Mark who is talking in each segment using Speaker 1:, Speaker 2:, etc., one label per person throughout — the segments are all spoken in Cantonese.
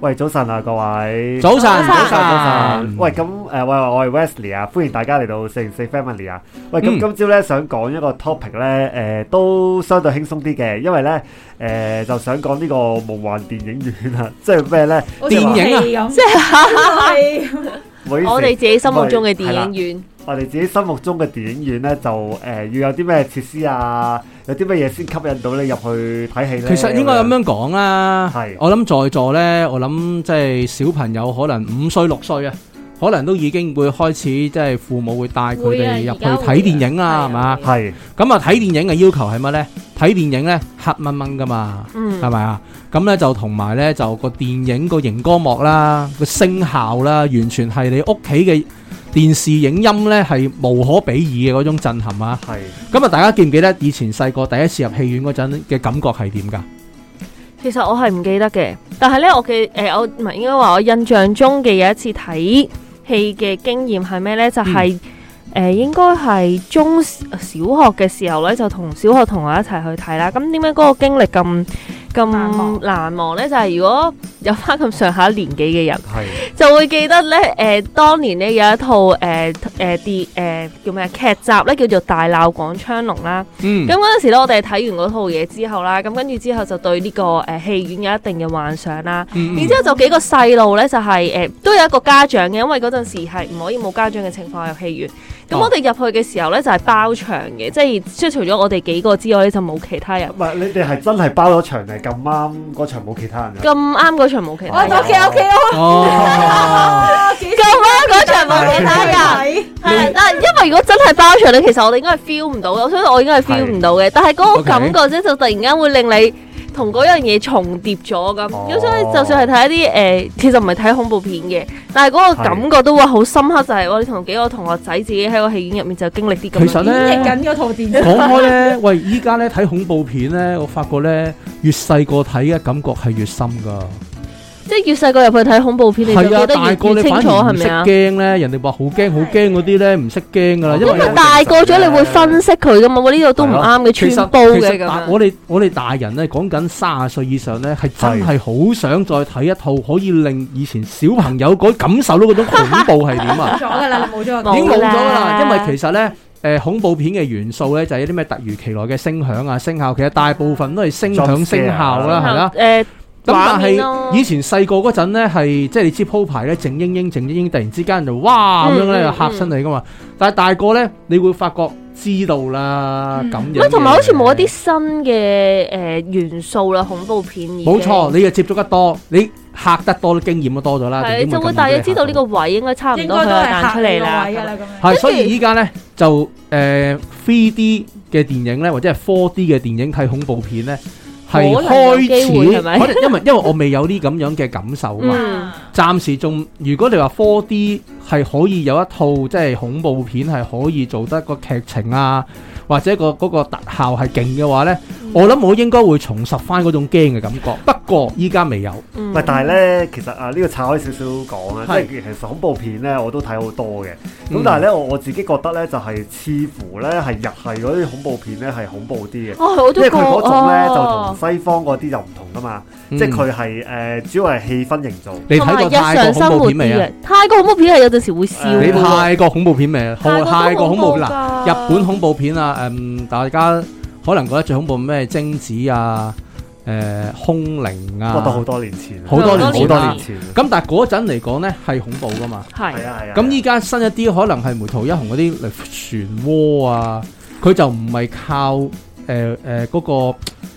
Speaker 1: 喂，早晨啊，各位。
Speaker 2: 早晨，
Speaker 3: 早晨
Speaker 2: 早晨，
Speaker 1: 喂，咁誒、呃喂，我係 Wesley 啊，歡迎大家嚟到四零四 Family 啊。喂，咁
Speaker 2: 嗯
Speaker 1: 今朝咧想講一個 topic 咧，誒、都相對輕鬆啲嘅，因為咧誒、呃就想講呢個夢幻電影院啊， 即係咩咧？
Speaker 2: 電
Speaker 3: 影啊，即
Speaker 4: 即
Speaker 3: 係
Speaker 1: 唔好意思
Speaker 4: 我哋自己心目中嘅電影院，
Speaker 1: 我哋自己心目中嘅電影院咧，就誒、呃要有啲咩設施啊，有啲乜嘢先吸引到你入去睇戲咧？
Speaker 2: 其實應該咁樣講啦
Speaker 1: 係，
Speaker 2: 我諗在座呢，我諗即係小朋友可能五歲六歲啊，可能都已經會開始即係父母會帶佢哋入去睇電影啦，係嘛？
Speaker 1: 係
Speaker 2: 咁啊睇電影嘅要求係乜呢？睇電影呢，黑掹掹噶嘛，
Speaker 4: 嗯
Speaker 2: 係咪啊？咁呢就同埋呢，就個電影個熒光幕啦，個聲效啦，完全係你屋企嘅電視影音呢，係無可比擬嘅嗰種震撼啊！
Speaker 1: 係
Speaker 2: 咁啊，大家記唔記得以前細個第一次入戲院嗰陣嘅感覺係點㗎？
Speaker 4: 其實我係唔記得嘅，但係呢，我嘅誒、呃我唔係應該話我印象中嘅有一次睇戲嘅經驗係咩呢？就係、
Speaker 2: 嗯
Speaker 4: 誒、應該係中小學嘅時候呢，就同小學同學一齊去睇啦。咁點解嗰個經歷咁
Speaker 3: 難忘
Speaker 4: 咁難忘呢？就係、如果有翻咁上下年紀嘅人。
Speaker 1: 係
Speaker 4: 就會記得咧，誒、當年咧有一套誒誒啲誒叫咩啊劇集咧，叫做《大鬧廣昌隆》啦。
Speaker 2: 嗯
Speaker 4: 咁嗰陣時咧，我哋睇完嗰套嘢之後啦，咁跟住之後就對呢、個誒、戲院有一定嘅幻想啦。然之後就幾個細路咧，就係、誒、都有一個家長嘅，因為嗰陣時係唔可以冇家長嘅情況下入戲院。咁
Speaker 2: 哦
Speaker 4: 我哋入去嘅時候咧，就係、包場嘅，即係即係除咗我哋幾個之外咧，就冇其他人
Speaker 1: 唔。係你哋係真係包咗場定係咁啱嗰場冇其他人啊？
Speaker 4: 咁啱嗰場冇其他
Speaker 3: 我
Speaker 4: 人，
Speaker 3: 到 K O K 我
Speaker 2: 哦，
Speaker 3: 咁
Speaker 4: 咁啱嗰場
Speaker 3: Ờ,
Speaker 4: 冇其他人。係嗱，因為如果真係包場咧，其實我哋應該係 feel 唔到嘅，所以我應該係 feel 唔到嘅。但係嗰個
Speaker 2: OK
Speaker 4: 感覺啫，就突然間會令你同嗰樣嘢重疊咗咁。
Speaker 1: 哦
Speaker 4: 咁所以就算係睇一啲誒，其實唔係睇恐怖片嘅，但係嗰個
Speaker 1: 係
Speaker 4: 感覺都會好深刻，就係我哋同幾個同學仔自己喺個戲院入面就經歷啲咁樣嘅嘢。
Speaker 2: 其實呢
Speaker 3: 演繹緊嗰套電影，
Speaker 2: 講開咧，喂，依家咧睇恐怖片咧，我發覺咧越細個睇嘅感覺係越深㗎。
Speaker 4: 即係越細個入去睇恐怖片，你就記
Speaker 2: 係啊，
Speaker 4: 得
Speaker 2: 大
Speaker 4: 越
Speaker 2: 個
Speaker 4: 越
Speaker 2: 你
Speaker 4: 清
Speaker 2: 反
Speaker 4: 楚
Speaker 2: 而
Speaker 4: 係
Speaker 2: 唔識
Speaker 4: 咪啊
Speaker 2: 驚？咧，人哋話好驚好驚嗰啲咧唔識驚㗎啦，因
Speaker 4: 因
Speaker 2: 為
Speaker 4: 為啊大個咗，你會分析佢噶嘛？喂呢度都唔
Speaker 1: 係咯
Speaker 4: 啱
Speaker 2: 其
Speaker 4: 嘅，
Speaker 2: 實
Speaker 4: 穿煲
Speaker 2: 其
Speaker 4: 嘅
Speaker 2: 實
Speaker 4: 咁
Speaker 2: 大
Speaker 4: 樣。嗯
Speaker 2: 我哋我哋大人咧講緊三十歲以上咧，係真係好想再睇一套可以令以前小朋友嗰感受到嗰種恐怖係點啊！
Speaker 3: 咗㗎啦，你冇咗個
Speaker 4: 冇
Speaker 2: 已經冇咗啦，
Speaker 4: 啦
Speaker 2: 因為其實咧。誒、恐怖片嘅元素咧，就係一啲咩突如其來嘅聲響啊、聲效，其實大部分都係聲響、
Speaker 1: Jump scare
Speaker 2: 聲效啦，係啦。
Speaker 4: 嗯誒，
Speaker 2: 咁但
Speaker 4: 畫面咯
Speaker 2: 係以前細個嗰陣咧，係即係你知鋪排咧，靜英英、靜英英，突然之間就哇咁樣咧，
Speaker 4: 嗯
Speaker 2: 就嚇親你噶嘛。但係大個咧，你會發覺知道啦，
Speaker 3: 嗯
Speaker 2: 咁樣嘅。
Speaker 4: 喂，同埋好似冇一啲新嘅誒元素啦，恐怖片已經
Speaker 2: 冇錯，，你就接觸得多，你嚇得多，經驗都多咗啦。點
Speaker 4: 係你
Speaker 2: 會
Speaker 4: 就
Speaker 2: 咁
Speaker 4: 會
Speaker 2: 樣
Speaker 4: 大
Speaker 2: 俾
Speaker 4: 約
Speaker 2: 你
Speaker 4: 知
Speaker 2: 嚇
Speaker 4: 道
Speaker 2: 到
Speaker 4: 呢個位應該差唔
Speaker 3: 應
Speaker 4: 多
Speaker 3: 該
Speaker 4: 佢
Speaker 3: 都
Speaker 4: 就
Speaker 3: 係
Speaker 4: 彈
Speaker 3: 嚇
Speaker 4: 出
Speaker 3: 你
Speaker 4: 嚟
Speaker 3: 個
Speaker 4: 啦。
Speaker 3: 位㗎啦
Speaker 4: 咁
Speaker 3: 咁樣。
Speaker 2: 係，所以依家咧就誒 3D 嘅電影咧，或者係 4D 嘅電影睇恐怖片咧，係
Speaker 4: 可能有
Speaker 2: 開
Speaker 4: 機
Speaker 2: 始
Speaker 4: 會係咪
Speaker 2: 可能因為因為我未有啲咁樣嘅感受啊嘛，
Speaker 3: Ừ.
Speaker 4: 嗯
Speaker 2: 暫時仲如果你話 4D 係可以有一套即係恐怖片係可以做得個劇情啊，或者個嗰個特效係勁嘅話咧，
Speaker 4: 嗯
Speaker 2: 我諗我應該會重拾翻嗰種驚嘅感覺。不過依家未有，
Speaker 3: 嗯
Speaker 4: 樣
Speaker 1: 喂，但係咧，其實啊，呢、個拆開少少講啊，即
Speaker 2: 係
Speaker 1: 係其實恐怖片咧，我都睇好多嘅。咁、
Speaker 2: 嗯
Speaker 1: 但係咧，我我自己覺得咧，就係、似乎咧係日系嗰啲恐怖片咧係恐怖啲嘅，
Speaker 4: 哦，我
Speaker 1: 因
Speaker 4: 都
Speaker 1: 為
Speaker 4: 覺
Speaker 1: 佢嗰種咧就
Speaker 4: 哦，
Speaker 1: 同西方嗰啲就唔同噶嘛，
Speaker 2: 嗯
Speaker 1: 即係佢係誒主要係氣氛營造。
Speaker 2: 你
Speaker 4: 同埋
Speaker 2: 睇過
Speaker 4: 日常
Speaker 2: 泰國恐
Speaker 4: 生
Speaker 2: 怖
Speaker 4: 活啲
Speaker 2: 片未啊？
Speaker 4: 嘅泰國恐怖片係有陣時會笑
Speaker 1: 誒
Speaker 2: 你
Speaker 4: 㗎喎，
Speaker 2: 泰國恐怖片未啊？好泰國恐怖
Speaker 4: 㗎
Speaker 2: 嗱。日本恐怖片啊，嗯，大家可能覺得最恐怖咩？貞子啊，誒、空靈
Speaker 1: 我都好
Speaker 2: 啊，
Speaker 1: 多年前，
Speaker 2: 好
Speaker 4: 多年
Speaker 1: 好
Speaker 4: 前
Speaker 1: 多
Speaker 4: 啦
Speaker 1: 年前，
Speaker 2: 咁但係嗰陣嚟講呢，係恐怖噶嘛。
Speaker 4: 係
Speaker 1: 係啊係啊。
Speaker 2: 咁依家新一啲可能係梅圖一雄嗰啲嚟漩渦啊，佢就唔係靠誒誒嗰個，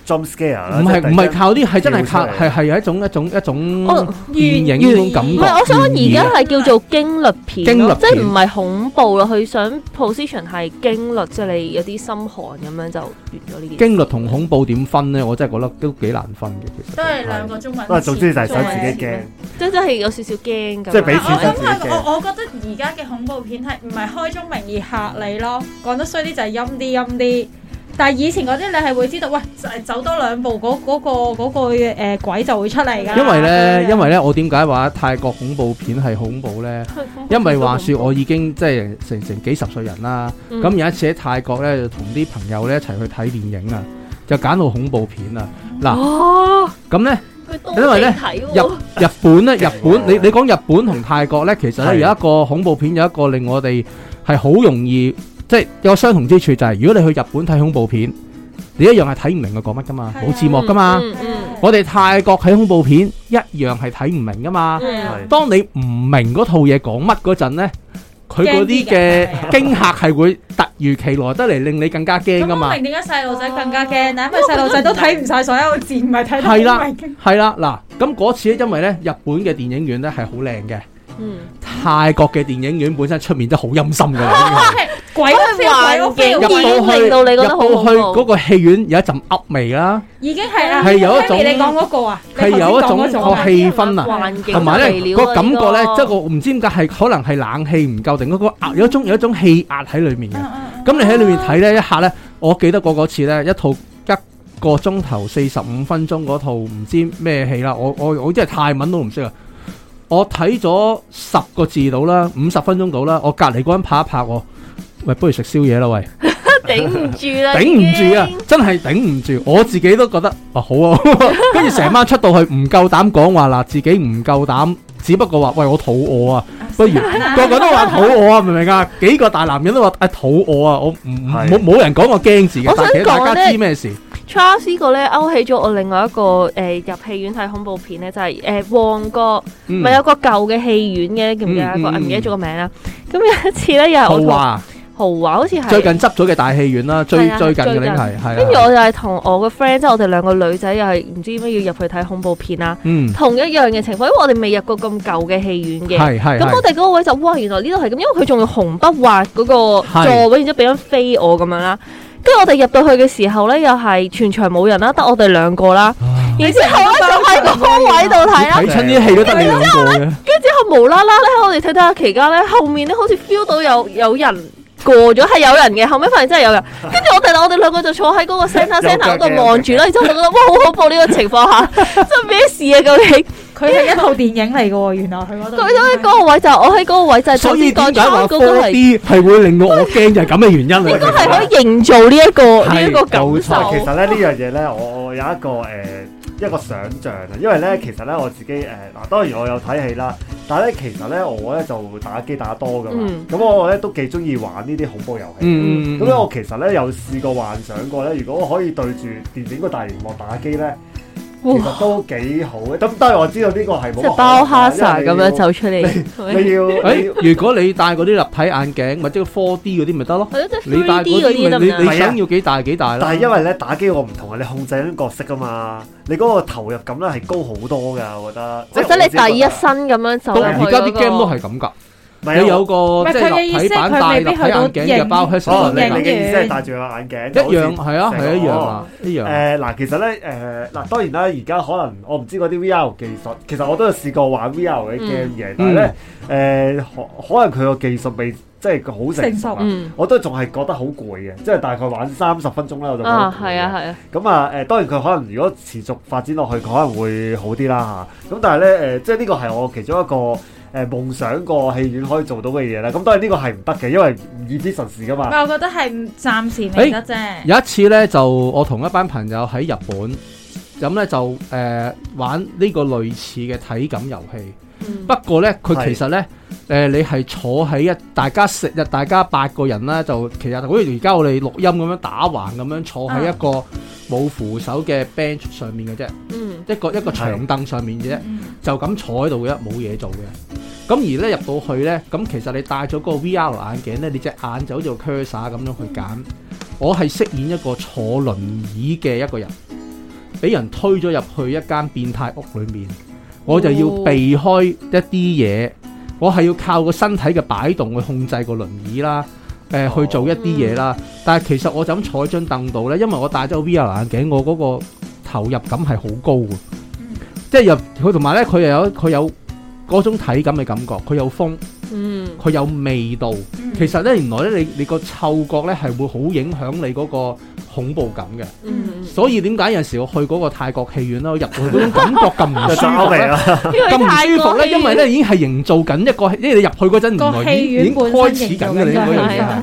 Speaker 1: jump scare 啦，
Speaker 2: 唔
Speaker 1: 啊即
Speaker 2: 係
Speaker 1: 突然
Speaker 2: 唔係
Speaker 1: 間
Speaker 2: 靠啲，係真係靠
Speaker 1: 跳出嚟
Speaker 2: 係係一種一種一種
Speaker 4: 哦
Speaker 2: 電影嗰種感
Speaker 4: 唔
Speaker 2: 覺。
Speaker 4: 係，我想講而
Speaker 2: 懸疑
Speaker 4: 家係叫做驚慄片咯，
Speaker 2: 驚慄片
Speaker 4: 即係唔係恐怖咯，佢想 position 係驚慄，即係你有啲心寒咁樣就完咗呢件事。
Speaker 2: 驚慄同恐怖點分呢？我真係覺得都幾難分嘅，其實
Speaker 3: 都係兩個中文。
Speaker 1: 都係總之就係想自己驚。
Speaker 4: 即係真係有少少驚咁。
Speaker 1: 即係俾
Speaker 3: 但
Speaker 1: 錢
Speaker 3: 我
Speaker 1: 想
Speaker 3: 諗
Speaker 1: 自己驚
Speaker 3: 係我我覺得而家嘅恐怖片係唔係開宗明義嚇你咯？講得衰啲就係陰啲陰啲。但係以前嗰啲你係會知道，喂，誒走多兩步嗰嗰個嗰個誒鬼就會出嚟㗎。
Speaker 2: 因為呢，因為呢，我點解話泰國恐怖片係恐怖呢？ 因為話説我已經即係成成幾十歲人啦，
Speaker 4: 嗯
Speaker 2: 咁、有一次喺泰國咧，就同啲朋友咧一齊去睇電影啊，就揀到恐怖片啊。嗱，
Speaker 4: 哦，
Speaker 2: 咁咧
Speaker 4: 佢多
Speaker 2: 因為
Speaker 4: 地
Speaker 2: 咧
Speaker 4: 睇
Speaker 2: 入
Speaker 4: 喎，
Speaker 2: 日本咧，日本你你講日本同泰國咧，其實咧有一個恐怖片，有一個令我哋係好容易即係有相同之處，就係、如果你去日本睇恐怖片，你一樣係睇唔明佢講乜噶嘛，
Speaker 3: 係啊
Speaker 2: 冇字幕噶嘛。
Speaker 4: 嗯嗯
Speaker 2: 我哋泰國睇恐怖片一樣係睇唔明噶嘛。
Speaker 3: Ừ.
Speaker 4: 嗯
Speaker 1: 係
Speaker 2: 當你唔明嗰套嘢講乜嗰陣咧，佢嗰啲嘅
Speaker 3: 驚啲㗎
Speaker 2: 驚嚇係會突如其來得嚟，令你更加驚噶
Speaker 3: 咁我
Speaker 2: 嘛。
Speaker 3: 明點解細路仔更加驚啦，因為細路仔都睇唔晒所有字，唔係睇得好
Speaker 2: 係啦
Speaker 3: 明。
Speaker 2: 係啦，嗱，咁嗰次咧，因為咧日本嘅電影院咧係好靚嘅。
Speaker 4: 嗯，
Speaker 2: 泰國嘅電影院本身出面都好陰森㗎啦，
Speaker 3: 鬼都 feel，鬼
Speaker 2: 入
Speaker 3: 都
Speaker 2: 到
Speaker 4: 已
Speaker 3: feel，
Speaker 4: 經令到你
Speaker 2: 去
Speaker 4: 覺
Speaker 2: 入
Speaker 4: 得好
Speaker 2: 到
Speaker 4: 恐怖
Speaker 2: 去嗰個戲院有一陣噏味啦，
Speaker 3: 已經係啦。
Speaker 2: 係有一種
Speaker 3: Henry，你講嗰個啊，
Speaker 2: 係有一種
Speaker 3: 你頭先
Speaker 4: 嗯
Speaker 3: 講嗰
Speaker 2: 個氣氛啊
Speaker 4: 環境
Speaker 2: 同埋
Speaker 4: 就
Speaker 2: 咧
Speaker 4: 嚟了啊
Speaker 2: 個感覺咧
Speaker 4: 呢個，
Speaker 2: 即係我唔知點解係可能係冷氣唔夠定嗰個壓有一種有一種氣壓喺裏面
Speaker 3: 嗯
Speaker 2: 嘅。
Speaker 3: 嗯嗯
Speaker 2: 咁你喺裏面睇咧一下咧，我記得嗰嗰次咧一套一個鐘頭四十五分鐘嗰套唔知咩戲啦，我我我真係泰文都唔識啊！我睇咗十個字到啦，五十分鐘到啦，我隔離嗰個人拍一拍我，喂，不如食宵夜啦喂！
Speaker 4: 啊 頂唔住 啦，
Speaker 2: 頂唔住啊
Speaker 4: 已經！
Speaker 2: 真係頂唔住，我自己都覺得啊好啊， 跟住成晚出到去唔夠膽講話嗱，自己唔夠膽，只不過話喂我肚餓啊，不如個個都話肚餓啊，明唔明啊？幾個大男人都話啊肚餓啊，我唔唔
Speaker 1: 係
Speaker 2: 冇冇人講我驚自己，
Speaker 4: 我
Speaker 2: 但
Speaker 4: 想
Speaker 2: 係其實大
Speaker 4: 講
Speaker 2: 家
Speaker 4: 呢
Speaker 2: 知咩事？
Speaker 4: Charles 呢個咧勾起咗我另外一個誒、呃入戲院睇恐怖片咧，就係、呃旺角
Speaker 2: 嗯
Speaker 4: 咪、有個舊嘅戲院嘅，記唔記得一個？
Speaker 2: 嗯嗯
Speaker 4: 啊唔記得
Speaker 2: 嗯
Speaker 4: 咗個名啦。咁有一次咧，又係我
Speaker 2: 豪
Speaker 4: 同
Speaker 2: 華
Speaker 4: 豪華好似係
Speaker 2: 啊最近啊執咗嘅大戲院啦，最
Speaker 4: 係啊
Speaker 2: 最近嘅
Speaker 4: 最近
Speaker 2: 應係
Speaker 4: 跟住
Speaker 2: 係啊，
Speaker 4: 我就係同我個 friend，即係我哋兩個女仔，又係唔知咩要入去睇恐怖片啊啦。
Speaker 2: 嗯
Speaker 4: 同一樣嘅情況，因為我哋未入過咁舊嘅戲院嘅。
Speaker 2: 係係
Speaker 4: 咁我
Speaker 2: 係
Speaker 4: 哋嗰個位就哇，原來呢度係咁，因為佢仲用紅筆畫嗰個
Speaker 2: 係
Speaker 4: 座位，然之後俾張飛我咁樣啦。跟住我哋入到去嘅時候咧，又係全場冇人啦，得我哋兩個啦。
Speaker 2: 啊
Speaker 4: 然之後咧就喺個位度睇啦。
Speaker 2: 睇親啲戲都得你兩個嘅，
Speaker 4: 跟住之後無啦啦咧，我哋睇睇下期間咧，後面咧好似 feel 到有有人。過咗係有人嘅，後尾發現真係有人，跟住我哋我哋兩個就坐喺嗰個 centre
Speaker 1: 有
Speaker 4: centre 嗰
Speaker 1: 腳嘅
Speaker 4: 度望住啦，然之後我就覺得哇好恐怖呢個情況下，真係咩事啊究竟？
Speaker 3: 佢係一套電影嚟嘅喎，原來佢嗰
Speaker 4: 佢
Speaker 3: 度。
Speaker 4: 都喺嗰個位就我喺嗰個位就係
Speaker 2: 所以
Speaker 4: 頭
Speaker 2: 點
Speaker 4: 先
Speaker 2: 解話
Speaker 4: 講嗰個
Speaker 2: 4D
Speaker 4: 係
Speaker 2: 係會令到我驚就係咁嘅原因嚟
Speaker 4: 應該
Speaker 2: 嘅。
Speaker 4: 係可以營造呢一個
Speaker 2: 係
Speaker 4: 呢一個感
Speaker 2: 冇
Speaker 4: 受
Speaker 2: 錯
Speaker 1: 嗱，其。實咧呢樣嘢咧，我我有一個誒、呃一個想像啊，因為咧其實咧我自己誒嗱、當然我有睇戲啦，但係咧其實咧我咧就打機打多噶嘛
Speaker 4: 嗯，
Speaker 1: 咁、我咧都幾中意玩呢啲恐怖遊戲。
Speaker 2: 嗯嗯
Speaker 1: 咁咧，啊我其實咧有試過幻想過咧，如果我可以對住電影個大熒幕打機咧，其
Speaker 4: 哇
Speaker 1: 實都幾好嘅。咁當然我知道呢個係冇乜可
Speaker 4: 即
Speaker 1: 能
Speaker 4: 係
Speaker 1: 啦
Speaker 4: 包哈薩
Speaker 1: 因為
Speaker 4: 咁
Speaker 1: 你
Speaker 4: 樣走出嚟，係咪
Speaker 1: 你要 你要
Speaker 2: 誒，如果你戴嗰啲立體眼鏡或者 4D 嗰啲咪得咯，
Speaker 4: 係咯，即
Speaker 2: 你
Speaker 4: 係
Speaker 2: 戴
Speaker 4: 3D
Speaker 2: 嗰
Speaker 4: 嗰啲
Speaker 2: 啲
Speaker 4: 得
Speaker 2: 咪
Speaker 4: 唔
Speaker 2: 你
Speaker 4: 得？
Speaker 2: 你想要幾大幾大啦。
Speaker 1: 但係因為咧打機我唔同啊，你控制緊角色啊嘛，你嗰個投入感咧係高好多㗎，我覺得。
Speaker 4: 或
Speaker 1: 係
Speaker 4: 者你
Speaker 1: 我自己覺得
Speaker 4: 第一身咁樣走
Speaker 2: 到
Speaker 4: 入去
Speaker 2: 而家啲
Speaker 4: 嗰個
Speaker 2: game 都係咁㗎，
Speaker 1: 唔係啊
Speaker 2: 你有
Speaker 1: 我
Speaker 3: 唔
Speaker 2: 個
Speaker 3: 係
Speaker 2: 即
Speaker 3: 佢嘅
Speaker 2: 係立
Speaker 3: 意
Speaker 2: 體
Speaker 3: 思，
Speaker 2: 版
Speaker 3: 佢
Speaker 2: 戴
Speaker 3: 未
Speaker 2: 立
Speaker 3: 必
Speaker 2: 體
Speaker 3: 去到
Speaker 2: 眼鏡嘅包
Speaker 3: 影
Speaker 2: headset
Speaker 1: 哦，
Speaker 3: 哦
Speaker 1: 你
Speaker 3: 電影
Speaker 1: 你
Speaker 2: 嚟
Speaker 1: 嘅意思係
Speaker 3: 院
Speaker 1: 戴住個眼鏡，
Speaker 2: 㗎，一樣
Speaker 1: 就好似
Speaker 2: 係啊
Speaker 1: 成個哦
Speaker 2: 係一樣啊一樣啊。
Speaker 1: 誒嗱，其實咧誒嗱，當然啦，而家可能我唔知嗰啲 VR 技術，其實我都有試過玩 VR 嘅
Speaker 2: 嗯
Speaker 1: game 嘅，但係咧誒可可能佢個技術未即係好成
Speaker 3: 成
Speaker 1: 熟
Speaker 3: 熟
Speaker 1: 啊，
Speaker 4: 嗯
Speaker 1: 我都仲係覺得好攰嘅，即係大概玩三十分鐘啦，我就覺得
Speaker 4: 啊
Speaker 1: 攰
Speaker 4: 係
Speaker 1: 嘅
Speaker 4: 啊係啊，
Speaker 1: 咁啊誒，當然佢可能如果持續發展落去，佢可能會好啲啦嚇。咁但係咧誒，即係呢個係我其中一個誒、夢想個戲院可以做到嘅嘢啦。咁當然呢個係唔得嘅，因為唔以之神事噶
Speaker 3: 唔
Speaker 2: 啊
Speaker 1: 嘛。
Speaker 3: 係我覺得係暫時未得啫。
Speaker 2: 有一次咧，就我同一班朋友喺日本，咁咧就誒玩呢個類似嘅體感遊戲。
Speaker 4: 嗯
Speaker 2: 不過咧，佢
Speaker 1: 係
Speaker 2: 其實咧，誒、你係坐喺一大家食日，大家八個人啦，就其實好似而家我哋錄音咁樣打橫咁樣坐喺一個冇扶手嘅 bench 上面嘅啫，
Speaker 4: 嗯
Speaker 2: 一個一個長凳上面嘅啫，
Speaker 3: 嗯
Speaker 2: 就咁坐喺度嘅，冇嘢做嘅。咁而咧入到去咧，咁其實你戴咗個 VR 眼鏡咧，你隻眼就好似個 cursor 咁樣去揀。我係飾演一個坐輪椅嘅一個人，俾人推咗入去一間變態屋裏面，我就要
Speaker 4: 哦
Speaker 2: 避開一啲嘢，我係要靠個身體嘅擺動去控制個輪椅啦，誒、
Speaker 1: 哦
Speaker 2: 去做一啲嘢啦。但係其實我就咁坐喺張凳度咧，因為我戴咗個 VR 眼鏡，我嗰個投入感係好高嘅，
Speaker 3: 嗯
Speaker 2: 即係入佢同埋咧，佢又有佢有嗰種體感嘅感覺，佢有風，
Speaker 4: 嗯
Speaker 2: 佢有味道。
Speaker 3: 嗯
Speaker 2: 其實咧，原來咧，你你個嗅覺咧係會好影響你嗰個恐怖感嘅。
Speaker 4: 嗯，
Speaker 2: 所以點解有陣時我去嗰個泰國戲院啦，我入去嗰種感覺咁唔
Speaker 1: 就
Speaker 2: 舒
Speaker 1: 打
Speaker 2: 服
Speaker 1: 嚟
Speaker 2: 咧，
Speaker 1: 啦，
Speaker 2: 咁唔舒服咧，因為
Speaker 4: 咧
Speaker 2: 咧已經係營造緊一個，因為你入去嗰陣原來
Speaker 3: 個戲
Speaker 2: 已經已
Speaker 3: 院
Speaker 2: 經
Speaker 3: 本身
Speaker 2: 開始緊嘅你嗰
Speaker 3: 營造
Speaker 2: 樣
Speaker 3: 緊
Speaker 2: 嘢
Speaker 4: 㗎
Speaker 2: 係
Speaker 4: 係。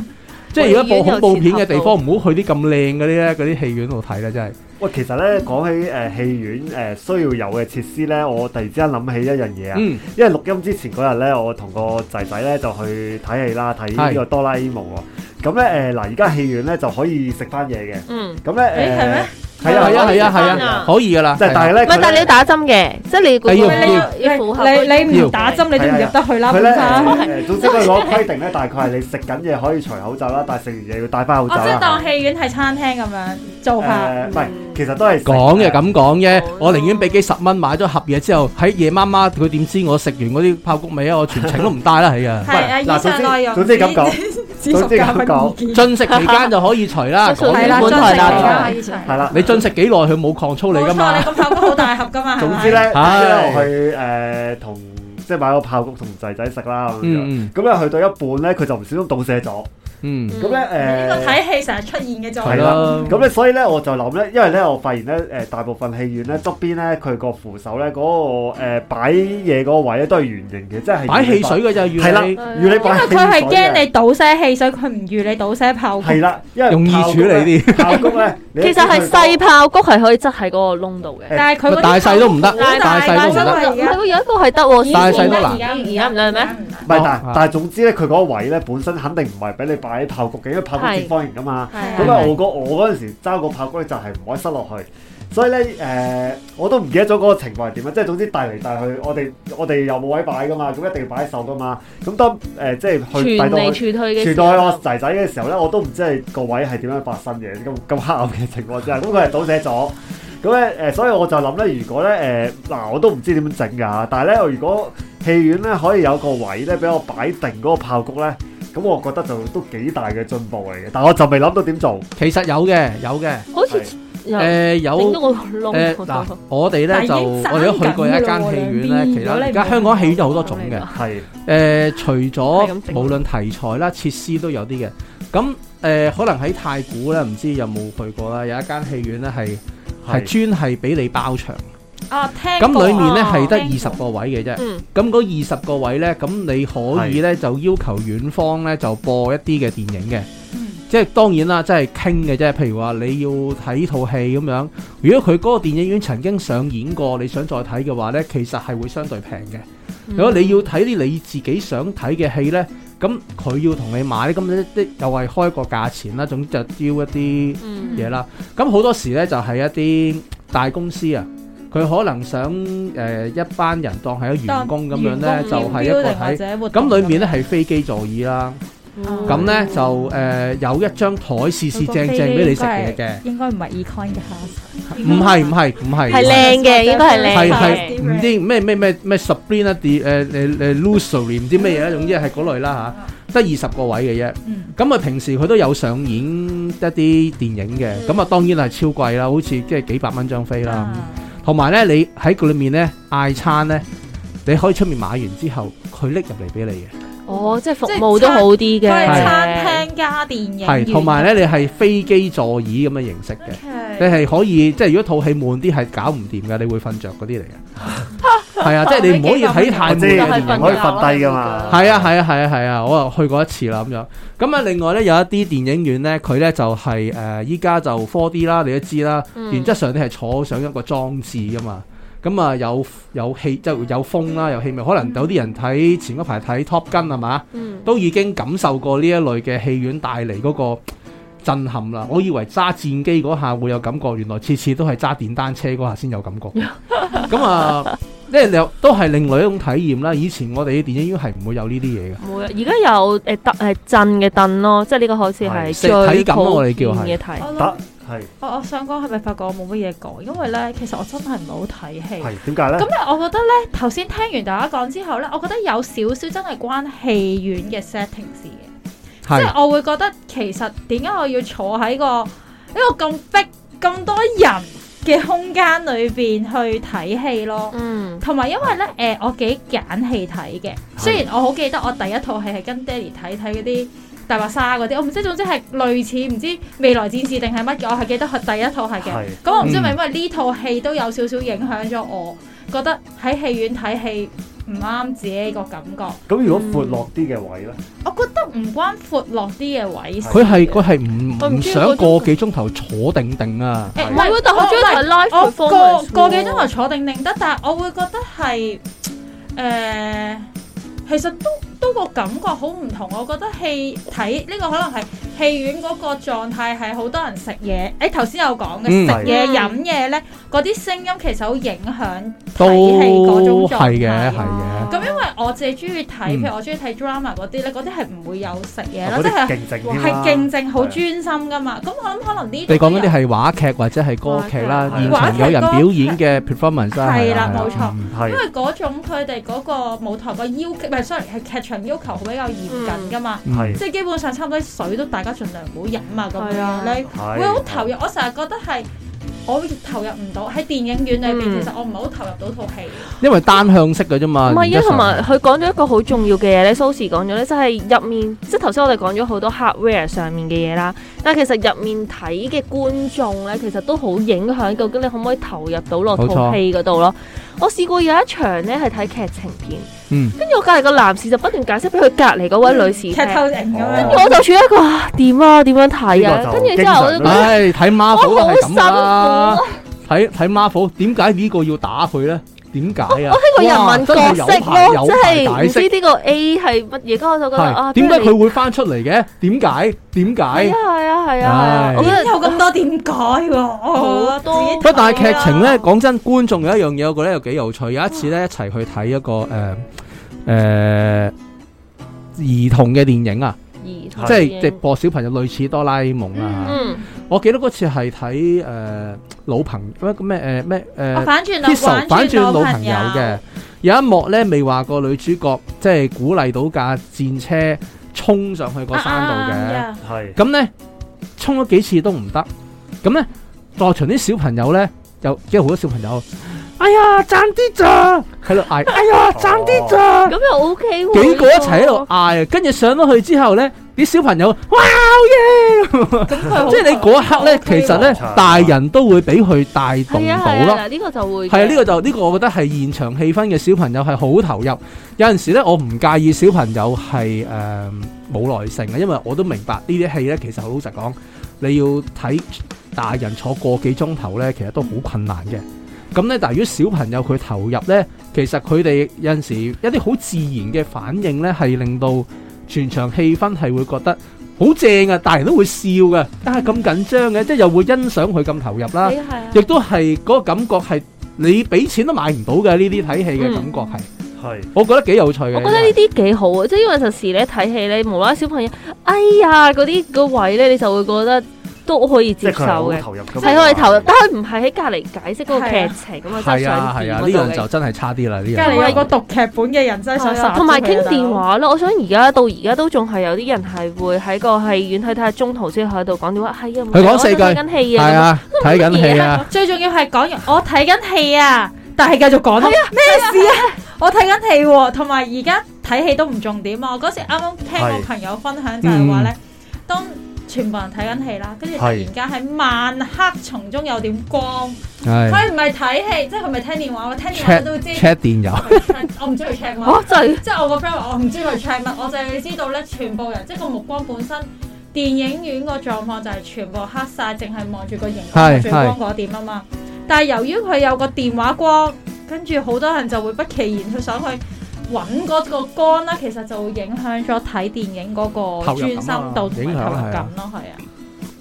Speaker 2: 即係如果
Speaker 4: 戲院
Speaker 2: 播
Speaker 4: 有
Speaker 2: 恐怖片嘅地
Speaker 4: 前後
Speaker 2: 方，唔好去啲咁靚嗰啲咧，嗰啲戲院度睇啦，真係。
Speaker 1: 喂，其實咧講起誒、呃、戲院誒、呃需要有嘅設施咧，我突然之間諗起一樣嘢啊！
Speaker 2: 嗯，
Speaker 1: 因為錄音之前嗰日咧，我同個仔仔咧就去睇戲啦，睇呢個哆啦 A 夢喎。咁咧誒嗱，而家戲院咧就可以食翻嘢嘅。
Speaker 4: 嗯，
Speaker 1: 咁
Speaker 3: 誒係咩
Speaker 1: 咧誒
Speaker 2: 係
Speaker 1: 係啊
Speaker 2: 啊，係
Speaker 4: 係
Speaker 1: 係
Speaker 2: 啊，
Speaker 1: 啊，
Speaker 2: 係啊，係
Speaker 4: 係
Speaker 2: 啊
Speaker 4: 啊，
Speaker 2: 可以噶啦。
Speaker 1: 即係但係
Speaker 2: 係
Speaker 1: 咧，
Speaker 4: 唔係，但係你要打針嘅，即係你個
Speaker 2: 係要
Speaker 3: 你
Speaker 4: 要要符合嗰
Speaker 3: 你
Speaker 4: 個
Speaker 3: 你唔打針你都唔入得去啦，
Speaker 1: 佢
Speaker 3: 本
Speaker 1: 咧
Speaker 3: 身。
Speaker 1: 誒總之佢攞規定咧，大概係你食緊嘢可以除口罩啦，但係食完嘢要戴翻口
Speaker 3: 我
Speaker 1: 罩
Speaker 3: 哦即係當啊
Speaker 1: 啦。
Speaker 3: 戲院係餐廳咁樣做法。
Speaker 1: 誒唔係，其實都係食
Speaker 2: 講嘅。咁講啫
Speaker 4: 好啦，
Speaker 2: 我寧願俾幾十蚊買咗盒嘢之後，喺夜媽媽佢點知我食完嗰啲爆谷味啊？我全程都唔帶啦，係啊。
Speaker 3: 係啊，以
Speaker 1: 嗱總
Speaker 3: 上
Speaker 1: 之
Speaker 3: 內容
Speaker 1: 總之咁講，
Speaker 3: 只屬嘉賓意見。
Speaker 2: 進食期間就可以 除啦，
Speaker 4: 即係
Speaker 2: 講
Speaker 3: 係啦，
Speaker 4: 本
Speaker 3: 進
Speaker 4: 台
Speaker 3: 食
Speaker 4: 立
Speaker 3: 而
Speaker 4: 場
Speaker 3: 家可以除。
Speaker 1: 係啦。
Speaker 2: 你進食幾耐佢冇抗粗你
Speaker 3: 冇
Speaker 2: 噶
Speaker 3: 錯，
Speaker 2: 嘛
Speaker 3: 你？咁爆谷好大盒噶嘛，係咪？
Speaker 1: 總之咧，總之
Speaker 2: 唉
Speaker 1: 咧我去誒同即係買個爆谷同仔仔食啦咁樣。
Speaker 2: 嗯
Speaker 1: 咁咧去到一半咧，佢就唔小心倒瀉咗。
Speaker 2: 嗯
Speaker 1: 咁咧
Speaker 3: 呢個
Speaker 1: 誒。
Speaker 3: 睇戲成日出現嘅做
Speaker 1: 係
Speaker 2: 係
Speaker 1: 啦
Speaker 3: 法。
Speaker 2: 啦，
Speaker 1: 咁咧，所以咧，我就諗咧，因為咧，我發現咧，誒、大部分戲院咧側邊咧，佢個扶手咧嗰、個誒、擺嘢嗰個位咧都係圓形嘅，即係
Speaker 2: 擺汽水嘅就
Speaker 1: 係啦
Speaker 2: 預你，
Speaker 1: 如你擺
Speaker 3: 因為
Speaker 1: 汽水
Speaker 3: 佢係驚
Speaker 1: 嘅
Speaker 3: 你倒瀉汽水，佢唔預你倒瀉爆谷。
Speaker 1: 係啦，因為
Speaker 2: 容易處理
Speaker 1: 啲炮谷咧，你一
Speaker 4: 其實係
Speaker 1: 知佢
Speaker 4: 細炮谷係可以擠喺嗰個窿度嘅，
Speaker 3: 但係佢嗰啲
Speaker 2: 大細都唔得
Speaker 3: 好大
Speaker 2: 大細都唔得
Speaker 3: 大
Speaker 4: 唔
Speaker 3: 細都而
Speaker 4: 係
Speaker 3: 家
Speaker 4: 喎，有一個係得喎，
Speaker 2: 大細都難
Speaker 4: 而家而家唔得咩？？
Speaker 1: 唔係，但
Speaker 2: 哦
Speaker 1: 係但係總之咧，佢嗰個位咧本身肯定唔係俾你擺炮谷嘅，因為炮谷
Speaker 4: 係
Speaker 1: 正方形噶嘛。
Speaker 3: 係
Speaker 1: 咁
Speaker 3: 啊
Speaker 1: 啊，我個我嗰陣時揸個炮谷咧就係唔可以塞落去，所以咧誒、我都唔記得咗嗰個情況係點啊！即係總之帶嚟帶去，我哋我哋又冇位擺噶嘛，咁一定要擺手噶嘛。咁當誒、即係
Speaker 4: 傳
Speaker 1: 去遞到
Speaker 4: 嚟
Speaker 1: 去
Speaker 4: 傳去嘅
Speaker 1: 傳
Speaker 4: 時
Speaker 1: 到去
Speaker 4: 候
Speaker 1: 我，仔仔嘅時候咧，我都唔知係個位係點樣發生嘅，咁咁黑暗嘅情況之下，咁佢係倒瀉咗。咁咧誒，所以我就諗咧，如果咧誒嗱，我都唔知點樣整㗎，但係咧，如果戲院咧可以有個位咧俾我擺定嗰個炮谷咧，咁我覺得就都幾大嘅進步嚟嘅。但我就未諗到點做，
Speaker 2: 其實有嘅有嘅，
Speaker 4: 好似有
Speaker 3: 嗯
Speaker 2: 誒有
Speaker 4: 整到個窿
Speaker 2: 誒
Speaker 4: 嗰
Speaker 2: 嗱
Speaker 4: 度。，
Speaker 2: 我哋
Speaker 3: 但
Speaker 2: 咧
Speaker 3: 已
Speaker 2: 就
Speaker 3: 經散
Speaker 2: 我哋都去過一
Speaker 3: 緊㗎
Speaker 2: 間
Speaker 3: 咯
Speaker 2: 戲
Speaker 3: 喎
Speaker 2: 院
Speaker 3: 兩邊
Speaker 2: 咧，其
Speaker 3: 如
Speaker 2: 實
Speaker 3: 果你
Speaker 2: 而
Speaker 3: 唔啊
Speaker 2: 家香港戲院有好多種嘅。
Speaker 1: 係
Speaker 2: 誒、除咗
Speaker 4: 係咁整
Speaker 2: 無論題材啦、設施都有啲嘅。咁誒、可能喺太古咧，唔知有冇去過啦？有一間戲院咧係係專係俾你包場，
Speaker 3: 哦，聽
Speaker 2: 咁裡面咧係得
Speaker 3: 聽
Speaker 2: 二十個位嘅啫。
Speaker 4: 嗯，
Speaker 2: 咁嗰二十個位咧，咁你可以咧就要求院方咧就播一啲嘅電影嘅。
Speaker 3: 嗯
Speaker 2: 即係當然啦，即係傾嘅啫。譬如話你要睇套戲咁樣，如果佢嗰個電影院曾經上演過，你想再睇嘅話呢，其實係會相對平嘅。
Speaker 4: 嗯
Speaker 2: 如果你要睇啲你自己想睇嘅戲呢，咁佢要同你買，咁呢啲又係開個價錢啦。總之就招一啲
Speaker 4: 嗯
Speaker 2: 嘢啦。咁好多時呢，就係一啲大公司啊，佢可能想誒、呃一班人當係一個員工咁樣呢，就係一個睇。咁裡面呢，係飛機座椅啦。
Speaker 4: 嗯
Speaker 2: 咁咧就誒、呃有一張台事事正正俾你食嘢嘅，
Speaker 3: 應該唔係 econ 嘅 house，
Speaker 2: 唔係唔係唔係，
Speaker 4: 係靚嘅應該係靚
Speaker 2: 係
Speaker 4: 嘅
Speaker 2: 係唔知咩咩咩咩 Sabrina 呃啲誒誒誒 Lusory 唔知咩嘢啦，總之係嗰類啦嚇，得二十個位嘅啫。
Speaker 3: 嗯
Speaker 2: 咁啊，平時佢都有上演一啲電影嘅，咁啊當然係超貴啦，好似即係幾百蚊張飛啦。
Speaker 3: 啊
Speaker 2: 同埋咧，你喺佢裏面咧嗌餐咧，你可以出面買完之後，佢拎入嚟俾你嘅。
Speaker 4: 哦，即係服務都好啲
Speaker 3: 佢
Speaker 4: 嘅，
Speaker 3: 係
Speaker 2: 係
Speaker 3: 餐廳加電影院，
Speaker 2: 係，同埋咧，你係飛機座椅咁嘅形式嘅，你
Speaker 3: 係
Speaker 2: 係可以即係如果套戲悶啲係搞唔掂嘅，你會瞓着嗰啲嚟嘅。係啊，即係你唔可以睇太
Speaker 1: 我
Speaker 2: 悶
Speaker 1: 知
Speaker 4: 就
Speaker 2: 嘅
Speaker 4: 係
Speaker 2: 電
Speaker 4: 瞓
Speaker 1: 唔
Speaker 2: 影。
Speaker 1: 可以瞓低噶嘛。
Speaker 2: 係啊，係啊，係啊，係啊，我啊去過一次啦咁樣。咁啊，另外咧有一啲電影院咧，佢咧就係誒依家就 4D 啦，你都知啦。
Speaker 4: 嗯
Speaker 2: 原則上你係坐上一個裝置噶嘛。咁啊有有氣即係有風啦，有氣味。可能有啲人睇前嗰排睇 Top Gun 係嘛？
Speaker 4: 嗯
Speaker 2: 都已經感受過呢一類嘅戲院帶嚟嗰個震撼啦。我以為揸戰機嗰下會有感覺，原來次次都係揸電單車嗰下先有感 覺。咁啊，即係又都係另外一種體驗啦。以前我哋嘅電影院係唔會有呢啲嘢嘅。
Speaker 4: 冇啊，而家有誒凳誒震嘅凳咯，即係呢個好似係
Speaker 1: 係
Speaker 4: 最
Speaker 2: 體感啊我哋叫係
Speaker 4: 普遍嘅體
Speaker 3: 我
Speaker 1: 得
Speaker 3: 諗
Speaker 1: 係
Speaker 3: 我我想講係咪發覺我冇乜嘢講？因為咧，其實我真係唔係好睇戲。
Speaker 1: 係點解
Speaker 3: 咁
Speaker 1: 咧？
Speaker 3: 咧，我覺得咧，頭先聽完大家講之後咧，我覺得有少少真係關戲院嘅 setting 事嘅。即係我會覺得其實點解我要坐喺個一個咁逼咁多人嘅空間裏邊去睇戲咯。
Speaker 4: 嗯
Speaker 3: 同埋因為咧，誒、我幾揀戲睇嘅。雖然我好記得我第一套戲係跟爹哋睇睇嗰啲大白鯊嗰啲，我唔知總之係類似唔知未來戰士定係乜嘅，我係記得佢第一套係嘅
Speaker 1: 係。
Speaker 3: 咁我唔知係
Speaker 2: 嗯
Speaker 3: 咪因為呢套戲都有少少影響咗我，覺得喺戲院睇戲唔啱自己個感覺。
Speaker 1: 咁如果闊落啲嘅位咧，
Speaker 3: 我覺得唔關闊落啲嘅位事。
Speaker 2: 佢係佢係唔
Speaker 4: 我唔
Speaker 2: 唔
Speaker 4: 知
Speaker 2: 想個
Speaker 4: 嗰種
Speaker 2: 幾鐘頭坐定定啊！
Speaker 3: 誒
Speaker 4: 唔係喎，但我
Speaker 3: 我
Speaker 4: 中意睇 live
Speaker 3: 我
Speaker 4: performance
Speaker 3: 個個幾
Speaker 4: 喎
Speaker 3: 鐘頭坐定定得，但係我會覺得係誒、其實都都個感覺好唔同。我覺得戲睇呢、個可能係戲院嗰個狀態係好多人食嘢。誒頭先有講嘅
Speaker 2: 嗯
Speaker 3: 食
Speaker 4: 係
Speaker 3: 嘢飲嘢咧，嗰啲聲音其實好影響
Speaker 2: 都
Speaker 3: 睇戲嗰種狀
Speaker 2: 係嘅，
Speaker 3: 態啊
Speaker 2: 係。嘅。
Speaker 4: 哦
Speaker 3: 咁因為我自己中意睇，
Speaker 2: 嗯
Speaker 3: 譬如我中意睇 drama 嗰啲咧，嗰啲係唔會有食嘢啦，
Speaker 1: 啊嗰
Speaker 3: 即
Speaker 1: 啲
Speaker 3: 係
Speaker 1: 勁正添
Speaker 3: 係
Speaker 1: 啦，
Speaker 3: 競爭好專心噶嘛。咁我諗可能呢度
Speaker 2: 你講嗰
Speaker 3: 人
Speaker 2: 啲係話劇或者係歌劇啦，
Speaker 3: 啊
Speaker 1: 話劇
Speaker 2: 現場有人表演嘅 performance 啦係
Speaker 3: 係啦
Speaker 2: 啦
Speaker 3: 冇錯
Speaker 2: 嗯
Speaker 1: 係
Speaker 3: 因為嗰種佢哋嗰個舞台個要求，唔係 sorry 係劇場要求比較嚴謹噶嘛，
Speaker 2: 嗯
Speaker 1: 係
Speaker 3: 即係基本上差唔多水都大家盡量唔好飲啊咁
Speaker 4: 係啊
Speaker 3: 樣，你
Speaker 1: 係
Speaker 3: 會好投入。我成日覺得係我投入唔到喺電影院裏邊，
Speaker 4: 嗯
Speaker 3: 其實我唔係好投入到套戲。
Speaker 2: 因為單向式嘅啫嘛。
Speaker 4: 唔係
Speaker 2: 原
Speaker 4: 啊，
Speaker 2: 則上
Speaker 4: 同埋佢講咗一個好重要嘅嘢咧，Sosze 講咗咧，即係入面，即係頭先我哋講咗好多 hardware 上面嘅嘢啦，但係其實入面睇嘅觀眾咧，其實都好影響究竟你可唔可以投入到落
Speaker 2: 冇錯
Speaker 4: 套戲嗰度咯。我試過有一場咧係睇劇情片，
Speaker 2: 嗯
Speaker 4: 跟住我隔離個男士就不斷解釋俾佢隔離嗰位女士
Speaker 3: 嗯劇
Speaker 4: 聽，
Speaker 3: 透型咁
Speaker 1: 哦
Speaker 3: 樣，
Speaker 4: 我就處於一個啊點啊點樣睇
Speaker 1: 呢
Speaker 4: 啊，
Speaker 1: 個就
Speaker 4: 跟住之後我就覺
Speaker 1: 經常
Speaker 4: 得
Speaker 2: 唉睇 Marvel
Speaker 4: 我
Speaker 2: 都
Speaker 4: 好
Speaker 2: 係咁㗎
Speaker 4: 辛
Speaker 2: 啦
Speaker 4: 苦。啊
Speaker 2: 睇睇 Marvel 點解呢個要打佢咧？點解啊？
Speaker 4: 呢個人
Speaker 2: 哇
Speaker 4: 民
Speaker 2: 真係有
Speaker 4: 角色
Speaker 2: 排有
Speaker 4: 咯，即係
Speaker 2: 排
Speaker 4: 唔
Speaker 2: 解釋
Speaker 4: 知呢個 A 係乜嘢，咁我就覺得啊，
Speaker 2: 係點解
Speaker 4: 不如
Speaker 2: 佢會翻出嚟嘅？點解？點
Speaker 4: 係
Speaker 2: 解？
Speaker 4: 啊係啊係啊係啊
Speaker 2: 唉，
Speaker 4: 我覺得
Speaker 3: 有咁多點改喎？哦
Speaker 4: 好多
Speaker 2: 不過但係劇情
Speaker 4: 啊
Speaker 2: 咧，講真，觀眾有一樣嘢，我覺得又幾有趣。有一次咧，一齊去睇一個誒誒、呃兒童嘅電影啊，
Speaker 4: 兒童
Speaker 1: 係
Speaker 2: 即係
Speaker 4: 電
Speaker 2: 直
Speaker 4: 影
Speaker 2: 播小朋友，類似哆啦 A 夢啦。
Speaker 4: 嗯，
Speaker 2: 我記得嗰次係睇誒老朋咩咩誒咩
Speaker 3: 我
Speaker 2: 誒
Speaker 3: 啊反轉
Speaker 2: ，Kiss
Speaker 3: 老
Speaker 2: 反轉
Speaker 3: 老
Speaker 2: 老朋友嘅，有一幕咧，未話個女主角即係鼓勵到架戰車衝上去個山度嘅。
Speaker 3: 嘅，
Speaker 1: 係
Speaker 2: 咁咧衝咗幾次都唔得，咁咧在場啲小朋友咧，有即係好多小朋友，哎呀爭啲咋，喺度嗌，哎呀爭啲咋，
Speaker 4: 咁又 OK 喎。
Speaker 2: 幾個一齊喺度嗌，跟住上咗去之後咧，啲小朋友哇好嘢，
Speaker 3: 咁佢好
Speaker 2: 即係你嗰一刻咧，其實咧
Speaker 1: 好
Speaker 2: 大人都會俾佢帶動
Speaker 4: 係啊
Speaker 2: 到
Speaker 4: 係
Speaker 2: 咯。
Speaker 4: 啊，嗱呢個就會
Speaker 2: 係啊，呢、個就呢、個我覺得係現場氣氛嘅小朋友係好投入。有陣時咧，我唔介意小朋友係誒冇耐性嘅，因為我都明白呢啲戲咧，其實好老實講，你要睇大人坐個幾鐘頭咧，其實都好困難嘅。咁咧，但係如果小朋友佢投入咧，其實佢哋有陣時一啲好自然嘅反應咧，係令到全場氣氛係會覺得好正啊！大人都會笑嘅，但係咁緊張嘅，即係又會欣賞佢咁投入啦。
Speaker 4: 係啊係啊
Speaker 2: 亦都係嗰個感覺係你俾錢都買唔到嘅呢啲睇戲嘅感覺係，
Speaker 1: 係
Speaker 2: 我覺得幾有趣嘅。
Speaker 4: 我覺得呢啲幾好啊，即係因為有陣時咧睇戲咧，無啦啦小朋友，哎呀嗰啲個位咧，你就會覺得都可以
Speaker 1: 即
Speaker 4: 接
Speaker 1: 係
Speaker 4: 受
Speaker 1: 佢係好投
Speaker 4: 嘅，
Speaker 1: 入㗎嘛
Speaker 4: 係可以投入，但係唔係喺隔離解釋嗰個劇情啊嘛，真
Speaker 2: 啊係
Speaker 4: 係
Speaker 2: 啊
Speaker 4: 想
Speaker 2: 係
Speaker 4: 點
Speaker 2: 啊，
Speaker 4: 嗰
Speaker 2: 呢
Speaker 4: 度
Speaker 2: 樣
Speaker 4: 嘅
Speaker 2: 就真係啊差啲啦呢
Speaker 3: 隔離
Speaker 2: 樣
Speaker 3: 啊有。個讀劇本嘅人真係想
Speaker 4: 係啊
Speaker 3: 殺
Speaker 4: 同埋
Speaker 3: 咗佢
Speaker 4: 傾
Speaker 3: 啊
Speaker 4: 電話咯，我想而家到而家都仲係有啲人係會喺個戲院睇睇下中途先喺度講電話，係啊，唔係
Speaker 2: 佢講四句
Speaker 4: 我睇緊戲
Speaker 2: 係
Speaker 4: 啊，
Speaker 2: 啊，睇緊戲 啊，
Speaker 3: 最重要係講完我睇緊戲啊，但係繼續講咯。咩事啊？我睇緊戲喎，同埋而家睇戲都唔重點啊！我嗰時啱啱聽我
Speaker 1: 係
Speaker 3: 朋友分享就係話咧，當全部人睇緊戲啦，跟住突
Speaker 1: 係
Speaker 3: 然間喺萬黑叢中有點光，
Speaker 2: 係
Speaker 3: 佢唔係睇戲，即係佢咪聽電話，我聽電話
Speaker 2: check
Speaker 3: 都會知。
Speaker 2: check 電郵，
Speaker 3: 佢 check，我唔知佢 check 乜。
Speaker 4: 哦就係
Speaker 3: 即係我個 friend 話我唔知佢 check 乜，我就係知道咧，全部人即係個目光本身，電影院個狀況就係全部黑晒，淨係望住個熒
Speaker 2: 係
Speaker 3: 光最光嗰點啊嘛。但係由於佢有個電話光，跟住好多人就會不其然去想去揾嗰個光啦，其實就會影響咗睇電影嗰個
Speaker 2: 投入
Speaker 3: 專
Speaker 2: 感啊
Speaker 3: 心度同埋
Speaker 2: 影響
Speaker 3: 投入
Speaker 2: 係啊
Speaker 3: 感咯，係啊。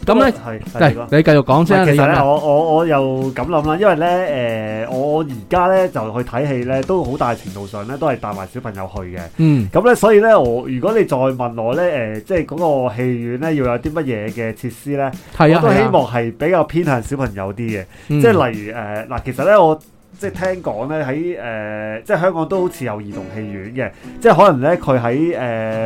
Speaker 2: 咁咧，
Speaker 1: 係係
Speaker 2: 嚟你繼續講
Speaker 1: 唔係
Speaker 2: 先啦。啊
Speaker 1: 其實
Speaker 2: 你有
Speaker 1: 咧，
Speaker 2: 咩
Speaker 1: 我我我又咁諗啦，因為咧，誒、我而家咧就去睇戲咧，都好大程度上咧都係帶埋小朋友去嘅。
Speaker 2: 嗯
Speaker 1: 咁咧，所以咧，我如果你再問我咧，誒、即係嗰個戲院咧要有啲乜嘢嘅設施咧，
Speaker 2: 係啊，
Speaker 1: 我都希
Speaker 2: 係啊
Speaker 1: 望係比較偏向小朋友啲嘅。
Speaker 2: 嗯
Speaker 1: 即係例如誒嗱、其實咧我即係聽講咧喺誒，即係香港都好似有兒童戲院嘅，即係可能咧佢喺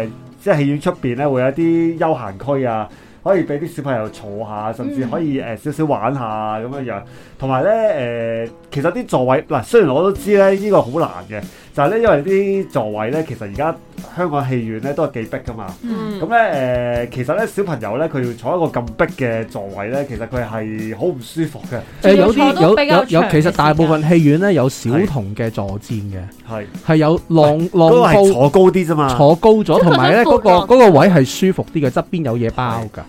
Speaker 1: 誒，即係戲院出邊咧會有一啲休閒區啊。可以俾啲小朋友坐下，甚至可以誒、少少玩下咁樣樣，同埋咧誒，其實啲座位嗱，雖然我都知咧呢、個好難嘅，就係咧，因為啲座位咧，其實而家香港戲院咧都係幾逼噶嘛。
Speaker 3: 嗯，
Speaker 1: 咁咧誒，其實咧小朋友咧，佢要坐一個咁逼嘅座位咧，其實佢係好唔舒服嘅。
Speaker 2: 誒有
Speaker 3: 仲要
Speaker 2: 啲
Speaker 3: 坐都
Speaker 2: 有
Speaker 3: 比較
Speaker 2: 有有，
Speaker 3: 長
Speaker 2: 其
Speaker 3: 嘅
Speaker 2: 實大
Speaker 3: 時
Speaker 2: 部
Speaker 3: 間
Speaker 2: 分戲院咧有小童嘅坐墊嘅，
Speaker 1: 係，
Speaker 2: 係有浪
Speaker 1: 嗰個
Speaker 2: 浪
Speaker 1: 係啊
Speaker 2: 高
Speaker 1: 坐高啲啫嘛。
Speaker 2: 坐高咗，同埋咧
Speaker 4: 即
Speaker 2: 嗰
Speaker 4: 係嗰種
Speaker 2: 個
Speaker 4: 闊
Speaker 2: 嗰個位係舒服啲嘅，側邊有嘢包㗎，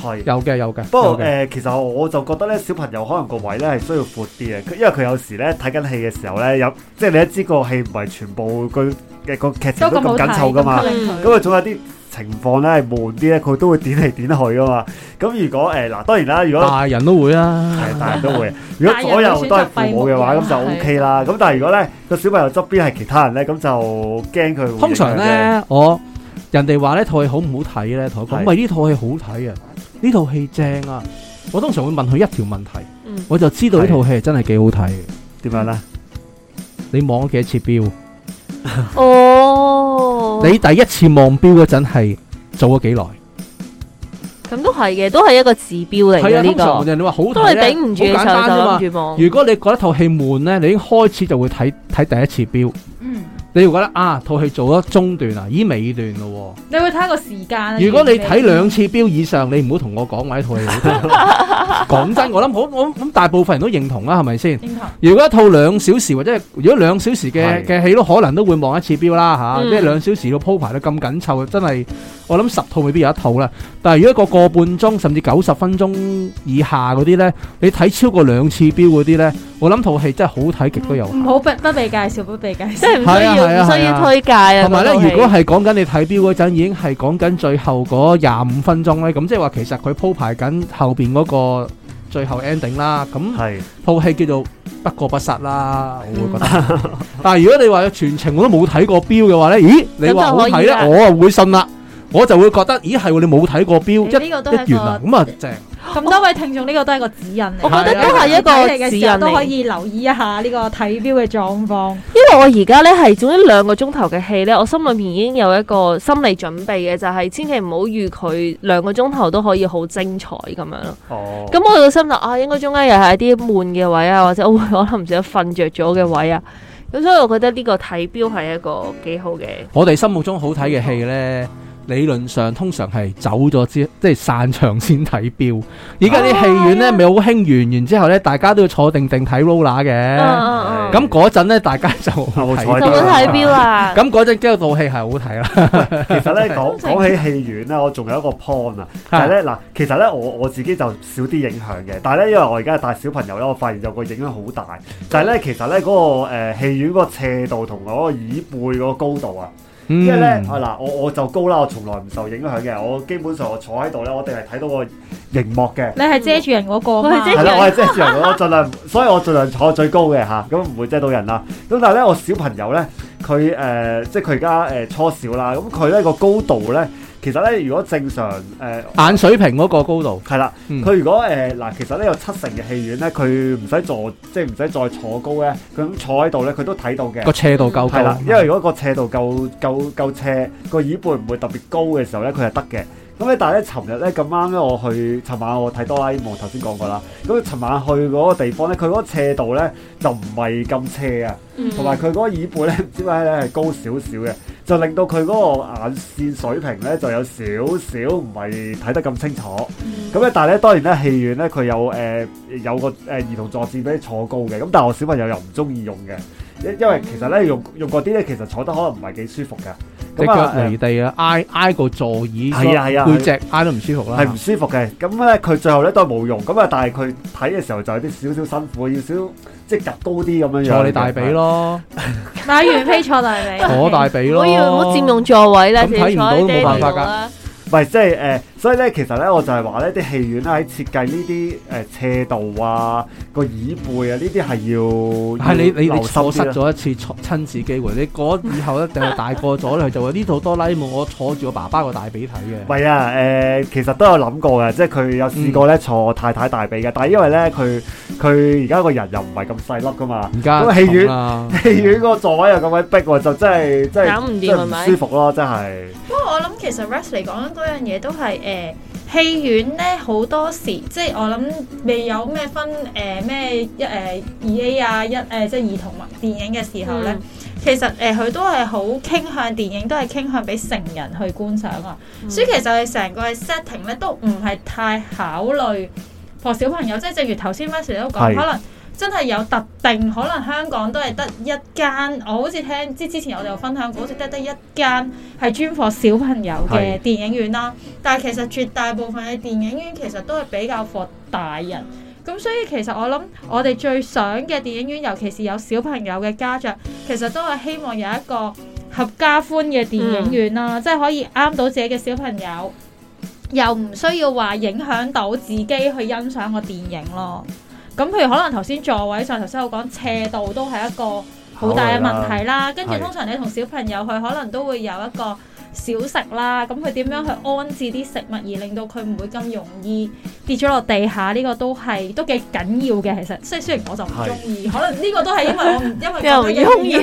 Speaker 1: 係。
Speaker 2: 有嘅有嘅。
Speaker 1: 不過誒、
Speaker 2: 有嘅
Speaker 1: 其實我就覺得咧，小朋友可能個位咧係需要闊啲嘅，佢因為佢有時咧睇緊戲嘅時候咧，有即係你都知個戲唔係全部佢嘅個劇情
Speaker 3: 都
Speaker 1: 都
Speaker 3: 咁好
Speaker 1: 咁緊湊
Speaker 3: 睇，
Speaker 1: 噶嘛。
Speaker 3: 咁吸引佢
Speaker 1: 咁佢仲有啲情況咧係悶啲咧，佢都會點嚟點去噶嘛。咁如果誒嗱、當然啦，如果
Speaker 2: 大人都會啊啦，
Speaker 1: 係大人都會，如果左右都係父母嘅話，咁就 O K 啦。咁但係如果咧個小朋友側邊係其他人咧，咁就驚佢會
Speaker 2: 通常
Speaker 1: 影響嘅，
Speaker 2: 咧我人哋話呢套戲好唔好睇咧，同我講
Speaker 1: 係
Speaker 2: 喂呢套戲好睇啊，呢套戲正啊，我通常會問佢一條問題，
Speaker 4: 嗯
Speaker 2: 我就知道呢套戲係真係幾好睇嘅。
Speaker 1: 點樣咧？
Speaker 2: 你望咗幾多次表？
Speaker 4: 哦，
Speaker 2: 你第一次望表嗰陣係做咗幾耐？
Speaker 4: 咁都係嘅，都係一個指標嚟
Speaker 2: 係
Speaker 4: 嘅
Speaker 2: 啊，
Speaker 4: 呢
Speaker 2: 通常
Speaker 4: 個，
Speaker 2: 人哋話好
Speaker 4: 都
Speaker 2: 睇
Speaker 4: 係
Speaker 2: 咧，
Speaker 4: 頂唔住嘅時
Speaker 2: 好簡單啫
Speaker 4: 候
Speaker 2: 嘛。
Speaker 4: 就諗住望。
Speaker 2: 如果你覺得套戲悶咧，你已經開始就會睇睇第一次表，
Speaker 3: 嗯，
Speaker 2: 你會覺得啊套戲做咗中段啊，咦尾段咯
Speaker 3: 你會睇個時間啊。
Speaker 2: 喎。如果你睇兩
Speaker 3: 完
Speaker 2: 次表以上，你唔好同我講話呢套戲好 睇。講真，我諗好我諗大部分人都認同啦，係咪先？
Speaker 3: 未認同
Speaker 2: 如果一套兩小時或者係如果兩小時嘅
Speaker 1: 係
Speaker 2: 嘅戲都可能都會望一次表啦吓，
Speaker 4: 嗯
Speaker 2: 即係兩小時個鋪排得咁緊湊，真係我諗十套未必有一套啦。但係如果一個個半鐘甚至九十分鐘以下嗰啲呢，你睇超過兩次表嗰啲呢，我諗套戲真係好睇極都有限。
Speaker 3: 唔好不不被介紹，不被介
Speaker 4: 即
Speaker 3: 紹。
Speaker 4: 係唔需
Speaker 2: 係啊係啊
Speaker 4: 要唔需
Speaker 2: 係啊
Speaker 4: 要推介啊。
Speaker 2: 同埋呢，
Speaker 4: 嗰套戲
Speaker 2: 如果係講緊你睇表嗰陣已經係講緊最後嗰廿五分鐘呢，咁即係話其實佢鋪排緊後邊嗰個最後 ending 啦，咁。
Speaker 1: 係
Speaker 2: 套戲叫做不過不失啦，我
Speaker 3: 嗯
Speaker 2: 會覺得。 但係如果你話全程我都冇睇過表嘅話咧，咦？你話好睇
Speaker 4: 咁就可以
Speaker 2: 咧，
Speaker 3: 嗯
Speaker 4: 啦
Speaker 2: 我啊會信啦，我就會覺得，咦係喎，你冇睇過
Speaker 4: 哦
Speaker 2: 表，
Speaker 3: 咦
Speaker 2: 一
Speaker 3: 呢個都係
Speaker 2: 一
Speaker 3: 一
Speaker 2: 元啊，
Speaker 3: 個
Speaker 2: 咁啊正。
Speaker 3: 咁多位聽眾，呢個都係個指引嚟。
Speaker 4: 我覺
Speaker 2: 得
Speaker 4: 哦都係一個
Speaker 2: 啊
Speaker 3: 睇你嘅時候
Speaker 4: 指引嚟
Speaker 3: 都可以留意一下呢個睇表嘅狀況。
Speaker 4: 因為我而家咧係總之兩個鐘頭嘅戲咧，我心裏面已經有一個心理準備嘅，就係、千祈唔好預佢兩個鐘頭都可以好精彩咁樣咯。
Speaker 1: 哦，
Speaker 4: 咁我個心就啊，應該中間又係一啲悶嘅位啊，或者我會 可能唔小心瞓着咗嘅位啊。咁所以我覺得呢個睇標係一個幾好嘅。
Speaker 2: 我哋心目中好睇嘅戲咧，理論上通常係走咗之，即係散場先睇表。而家
Speaker 1: 哦
Speaker 2: 啲戲院咧，咪好興完完之後咧，大家都要坐定定睇 roller
Speaker 4: 嗯
Speaker 2: 嘅。
Speaker 4: 嗯嗯，
Speaker 2: 咁嗰陣咧，大家就
Speaker 1: 冇
Speaker 2: 睇
Speaker 1: 錯
Speaker 4: 就會睇標啦。
Speaker 2: 咁嗰陣驚套戲係好睇啦，
Speaker 1: 其實咧講講起戲院咧，我仲有一個 point 啊，就係咧嗱，其實咧我我自己就少啲影響嘅，但係咧因為我而家係帶小朋友咧，我發現有個影響好大，就係咧其實咧嗰、個誒、呃、戲院嗰個斜度同我嗰個椅背嗰個高度啊。因為咧，
Speaker 2: 嗯
Speaker 1: 啊嗱，我我就高啦，我從來唔受影響嘅，我基本上我坐喺度咧，我一定係睇到個熒幕嘅，
Speaker 3: 你係遮住人嗰個
Speaker 4: 我
Speaker 3: 嘛
Speaker 4: 係？遮
Speaker 1: 係啦，我係遮住人，我盡量，所以我盡量坐最高嘅嚇，咁唔會遮到人啦。咁但係咧，我小朋友咧，佢誒、呃即係佢而家誒初小啦，咁佢咧個高度咧，其實咧如果正常誒
Speaker 2: 眼水平嗰個高度。
Speaker 1: 係啦，
Speaker 2: 嗯
Speaker 1: 佢、如果呃誒嗱、其實咧有七成嘅戲院咧，佢唔使坐，即係唔使再坐高咧，佢咁坐喺度咧，佢都睇到嘅
Speaker 2: 個。斜度夠高，
Speaker 1: 係啦，因為如果個斜度夠夠夠斜，個椅背唔會特別高嘅時候咧，佢係得嘅。咁咧，但係咧，尋日咧咁啱咧，我去尋晚我睇哆啦 A 夢，頭先講過啦。咁尋晚去嗰個地方咧，佢嗰個斜度咧就唔係咁斜啊，同埋佢嗰個椅背咧，唔知點解咧係高少少嘅，就令到佢嗰個眼線水平咧就有少少唔係睇得咁清楚。咁咧，但係咧，當然咧，戲院咧佢有誒、呃有個誒、呃、兒童座墊俾你坐高嘅，咁但係我小朋友又唔中意用嘅，因因為其實咧用用嗰啲咧其實坐得可能唔係幾舒服嘅，
Speaker 2: 隻
Speaker 1: 咁
Speaker 2: 腳
Speaker 1: 啊誒
Speaker 2: 離地啊，挨挨個座椅，
Speaker 1: 係啊係啊
Speaker 2: 背脊挨都唔舒服啦。
Speaker 1: 係唔舒服嘅，咁咧佢最後咧都係冇用，咁啊但係佢睇嘅時候就有啲少少辛苦，要少少即係趌高啲咁樣樣，
Speaker 2: 坐你大髀，咯，
Speaker 3: 買完飛坐大髀，
Speaker 2: 坐大髀
Speaker 4: 唔
Speaker 2: 咯。
Speaker 4: 好要唔好佔用座位啦，
Speaker 2: 咁
Speaker 4: 自己
Speaker 2: 睇
Speaker 4: 坐
Speaker 2: 唔到
Speaker 4: 喺
Speaker 2: 都冇
Speaker 4: 爹
Speaker 2: 辦
Speaker 4: 哋
Speaker 2: 法
Speaker 4: 度啊
Speaker 2: 㗎
Speaker 4: 啦。
Speaker 1: 唔係即係誒、呃所以咧其實咧我就係話咧啲戲院咧啊喺設計呢啲誒斜度啊個椅背啊呢啲係要
Speaker 2: 係你你
Speaker 1: 要
Speaker 2: 你
Speaker 1: 留心
Speaker 2: 錯失
Speaker 1: 啲啦
Speaker 2: 咗一次錯親子機會，你嗰 以後一定係大個咗咧，就話呢套哆啦 A 夢我坐住我爸爸個大髀睇
Speaker 1: 唔
Speaker 2: 嘅。
Speaker 1: 係啊，誒、其實都有諗過嘅，即係佢有試
Speaker 2: 嗯
Speaker 1: 過咧坐太太大髀嘅，但係因為咧佢佢而家個人又唔係咁細粒噶嘛，
Speaker 2: 而家
Speaker 1: 咁 戲院
Speaker 2: 重啦
Speaker 1: 戲院嗰個座位又咁鬼逼喎，就真係真係
Speaker 4: 搞唔掂
Speaker 1: 真係
Speaker 4: 係咪
Speaker 1: 唔舒服咯，真係。
Speaker 3: 不過我諗其實 rest 嚟講嗰樣嘢都係誒、呃、戲院咧好多時，即係我諗未有咩分誒咩一誒二 A 啊一誒、呃即係兒童電影嘅時候咧，
Speaker 4: 嗯
Speaker 3: 其實誒佢、都係好傾向電影，都係傾向俾成人去觀賞啊。所以其實佢成個嘅 setting 咧都唔係太考慮 for 小朋友，即係正如頭先 Wesley 都講，
Speaker 1: 係
Speaker 3: 可能真係有特定，可能香港都係得一間，我好似聽之之前我哋有分享過，好似得得一間係專 for 小朋友
Speaker 1: 係
Speaker 3: 嘅電影院啦。但係其實絕大部分嘅電影院其實都係比較 for 大人。咁所以其實我諗，我哋最想嘅電影院，尤其是有小朋友嘅家長，其實都係希望有一個合家歡嘅電影院啦，即係可以啱到自己嘅小朋友，又唔需要話影響到自己去欣賞個電影咯。咁譬如可能頭先座位上，頭先我講斜度都係一個好大嘅
Speaker 1: 啊
Speaker 3: 問題啦。跟住
Speaker 1: 係
Speaker 3: 通常你同小朋友去，可能都會有一個小食啦。咁佢點樣去安置啲食物，而令到佢唔會咁容易跌咗落地下？呢、個都係都幾緊要嘅，其實。即係雖然我就唔中意，可能呢個都係因為我唔因為
Speaker 4: 因為唔
Speaker 3: 覺得
Speaker 4: 中意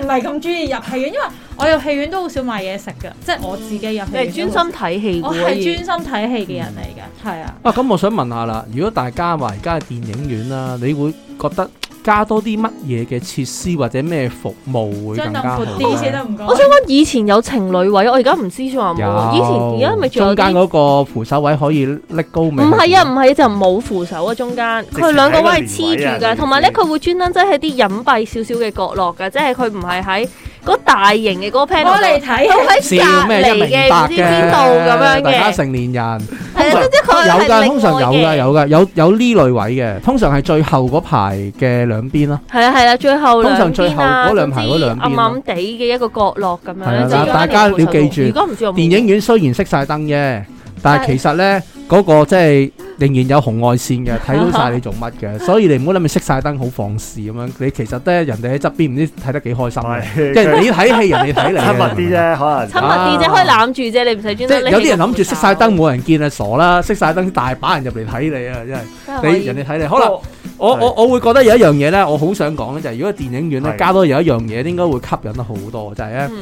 Speaker 3: 唔係咁中意入戲院，因為我入戲院都好少買嘢食㗎，即係我自己入戲
Speaker 4: 你係
Speaker 3: 院。
Speaker 4: 專心睇戲
Speaker 3: 我
Speaker 4: 嘅
Speaker 3: 係
Speaker 4: 喎，已經
Speaker 3: 專心睇戲嘅人嚟㗎，係啊。
Speaker 2: 啊，咁我想問下啦，如果大家話而家嘅電影院啦，你會覺得加多啲乜嘢嘅設施或者咩服務會
Speaker 3: 張
Speaker 2: 更
Speaker 3: 凳
Speaker 2: 加好啊
Speaker 3: 闊
Speaker 2: 呢？
Speaker 3: 啲先得唔該。
Speaker 4: 我想講以前有情侶位，我而家唔知仲有冇啊。以前而家咪仲有
Speaker 2: 中間
Speaker 4: 啲。
Speaker 2: 嗰個扶手位可以拎高未？
Speaker 4: 唔係啊，唔係就冇扶手啊，中間
Speaker 1: 直
Speaker 4: 佢兩個位係
Speaker 1: 喺個
Speaker 4: 黐
Speaker 1: 連位
Speaker 4: 住
Speaker 1: 啊
Speaker 4: 㗎，同埋咧
Speaker 1: 你知
Speaker 4: 佢會專登即係喺啲隱蔽少少嘅角落㗎，即係佢唔係喺嗰大型嘅嗰個 panel 度。
Speaker 3: 我嚟睇
Speaker 4: 佢喺
Speaker 2: 笑
Speaker 4: 隔
Speaker 2: 咩
Speaker 4: 離
Speaker 2: 一明
Speaker 4: 嘅，唔
Speaker 2: 白
Speaker 4: 知邊度咁樣
Speaker 2: 大家
Speaker 4: 嘅。
Speaker 2: 成年人。
Speaker 4: 係啊，即係佢
Speaker 2: 有
Speaker 4: 係
Speaker 2: 㗎，
Speaker 4: 另
Speaker 2: 通常有
Speaker 4: 外
Speaker 2: 㗎，
Speaker 4: 嘅。
Speaker 2: 有㗎，有有呢類位嘅，通常係最後嗰排嘅兩邊啦。
Speaker 4: 係啊係啊，最後
Speaker 2: 通常
Speaker 4: 兩
Speaker 2: 最
Speaker 4: 邊
Speaker 2: 後
Speaker 4: 啊，
Speaker 2: 嗰兩排嗰兩邊啊
Speaker 4: 總之暗暗地嘅一個角落咁樣
Speaker 2: 係啊
Speaker 4: 就
Speaker 3: 嗱
Speaker 4: 有
Speaker 3: 大
Speaker 4: 一
Speaker 2: 家
Speaker 4: 條扶
Speaker 2: 要
Speaker 4: 手
Speaker 2: 記
Speaker 4: 路
Speaker 2: 住
Speaker 4: 如果唔知我
Speaker 2: 電影院雖然熄晒燈啫，但
Speaker 4: 係
Speaker 2: 係其實呢，嗰、個即係仍然有紅外線嘅，睇到晒你做 乜嘅，所以你唔好諗住熄晒燈好放肆咁樣。你其實呢，人哋喺側邊唔知睇得幾開心嘅，即係你睇戲，人哋睇你 嘅
Speaker 1: 親密啲。啫， 可能
Speaker 4: 親密啲啫，可以攬住啫，你唔使專
Speaker 2: 即係
Speaker 4: 登。
Speaker 2: 有啲人諗住熄晒燈，冇人見啊，傻啦！熄晒燈大把人入嚟睇你啊，真係。
Speaker 4: 冇
Speaker 2: 你人哋睇你，可能
Speaker 1: 不
Speaker 2: 我
Speaker 1: 係
Speaker 2: 我我會覺得有一樣嘢咧，我好想講咧，就係如果電影院咧
Speaker 1: 係
Speaker 2: 加多有一樣嘢，應該會吸引得好多，就係咧
Speaker 4: 嗯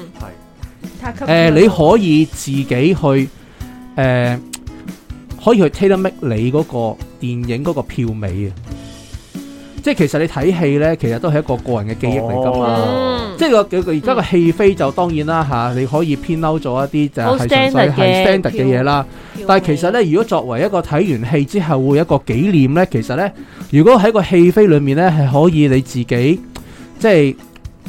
Speaker 1: 嗯
Speaker 2: 誒，你可以自己去誒、呃可以去 tailor make 你嗰個電影嗰個票尾啊！即係其實你睇戲咧，其實都係一個個人嘅記憶嚟㗎嘛。
Speaker 1: 哦
Speaker 2: 即係個佢佢而家個戲飛就當然啦嚇，你可以偏嬲咗一啲就
Speaker 4: 好
Speaker 2: 係純粹
Speaker 4: standard 嘅
Speaker 2: 係 standard 嘅嘢啦。但係其實咧，如果作為一個睇完戲之後會有一個紀念咧，其實咧，如果喺個戲飛裏面咧，係可以你自己即係